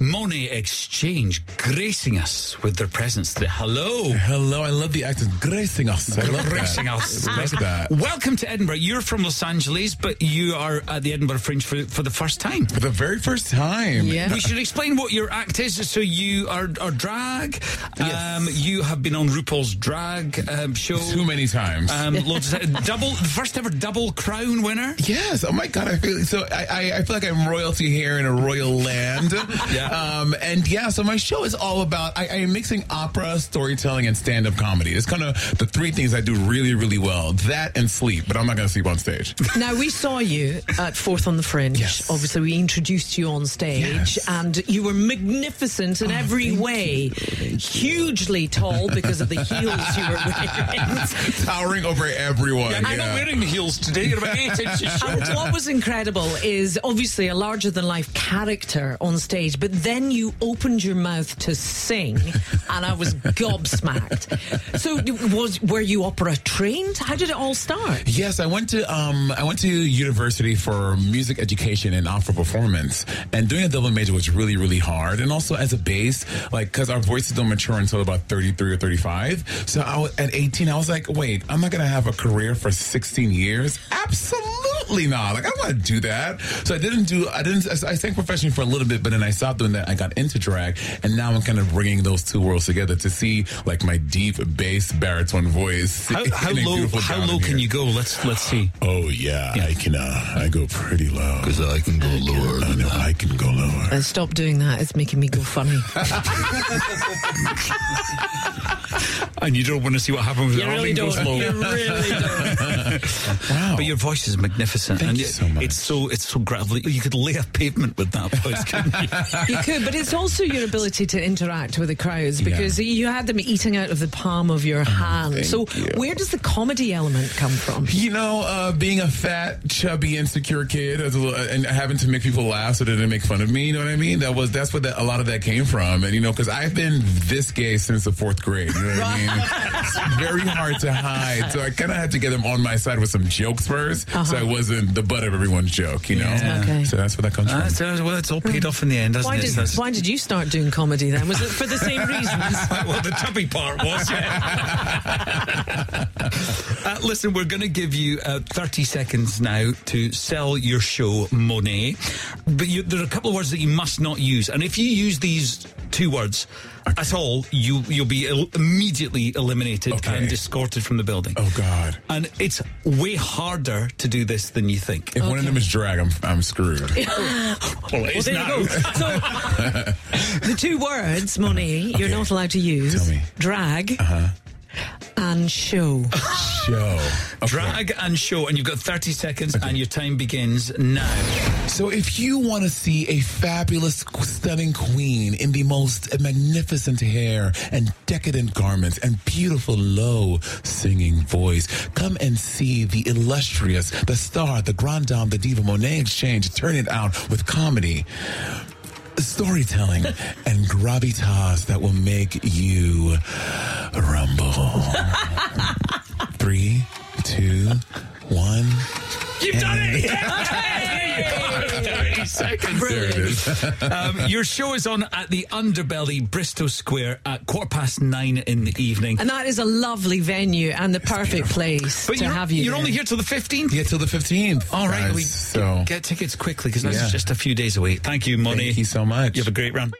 Monet Exchange gracing us with their presence today. Hello. Hello, I love the accent. Gracing us. I love Gracing that. us. I love that. Welcome to Edinburgh. You're from Los Angeles, but you are at the Edinburgh Fringe for, for the first time. For the very first time. Yeah. We should explain what your act is. So you are, are drag. Um, you have been on RuPaul's drag um, show. Too many times. Um, loads of, double, the first ever double crown winner. Yes. Oh my God. I feel so. I, I, I feel like I'm royalty here in a royal land. Yeah. Um. And yeah. So my show is all about. I, I am mixing opera, storytelling, and stand-up comedy. It's kind of the three things I do really, really well. That and sleep. But I'm not going to sleep on stage. Now, we saw you at Fourth on the Fringe. Yes. Obviously, we introduced you on stage, Yes. and you were magnificent in every way. Hugely tall because of the heels you were wearing. Towering over everyone. I'm not wearing the heels today. You're about eight inches And short. what was incredible is obviously a larger than life character on stage, but then you opened your mouth to sing, and I was gobsmacked. So, was were you opera trained? How did it all start? Yes, I went to um, I went to university for music education and opera performance, and doing a double major was really really hard. And also as a bass, like because our voices don't mature until about thirty three or thirty five. So I was, at eighteen, I was like, wait, I'm not gonna have a career for sixteen years. Absolutely not. Like I don't want to do that. So I didn't do I didn't I I sang professionally for a little bit, but then I stopped doing that. I got into drag, and now I'm kind of bringing those two worlds together to see like my deep bass baritone voice. How, how in a low? beautiful How down low in can here. you go? Let's let's see. Oh yeah, I can. Uh, I go pretty low. Because I can go lower I than know that. I can go lower. Uh, stop doing that. It's making me go funny. And you don't want to see what happens when You really Arlene goes don't. low. You really don't. Wow. But your voice is magnificent. Thank and you it- so much. It's so it's so gravelly. You could lay a pavement with that voice, couldn't you? You could, but it's also your ability to interact with the crowds because you had them eating out of the palm of your hand. thank So, you. where does the comedy element come from? You know, uh, being a fat, chubby, insecure kid, as a little, uh, and having to make people laugh so they didn't make fun of me. You know what I mean? That was that's where that, a lot of that came from. And you know, because I've been this gay since the fourth grade. You know what I mean? It's very hard to hide. So I kind of had to get them on my side with some jokes 1st so I wasn't the butt of everyone's joke. You know? Yeah. Okay. So that's where that comes Uh, from. so, well, it's all paid off in the end, doesn't Why it? did, That's- why did you start doing comedy then? Was it for the same reasons? well, the chubby part was, yeah. uh, listen, we're going to give you uh, 30 seconds now to sell your show, Monet. But you, there are a couple of words that you must not use. And if you use these two words at all, you, you'll be el- immediately eliminated Okay. and escorted from the building. Oh God. And it's way harder to do this than you think. If one of them is drag, I'm I'm screwed. Well, it is Well, there you go. So, the two words, Monet, you're Okay. not allowed to use Tell me. drag and show. Show. Okay. Drag and show, and you've got 30 seconds, and your time begins now. So, if you want to see a fabulous, stunning queen in the most magnificent hair and decadent garments and beautiful, low singing voice, come and see the illustrious, the star, the grand dame, the diva Monet Exchange turn it out with comedy. Storytelling and gravitas that will make you rumble. Three, two, one. You've done it! Yay! 30 seconds. There it is. Um, your show is on at the Underbelly, Bristol Square, at quarter past nine in the evening. And that is a lovely venue and the perfect place but to you're, have you. you're there. only here till the 15th. Yeah, till the 15th. All right, guys. we so get tickets quickly because this Yeah. is just a few days away. Thank you, Money. thank you so much. You have a great run.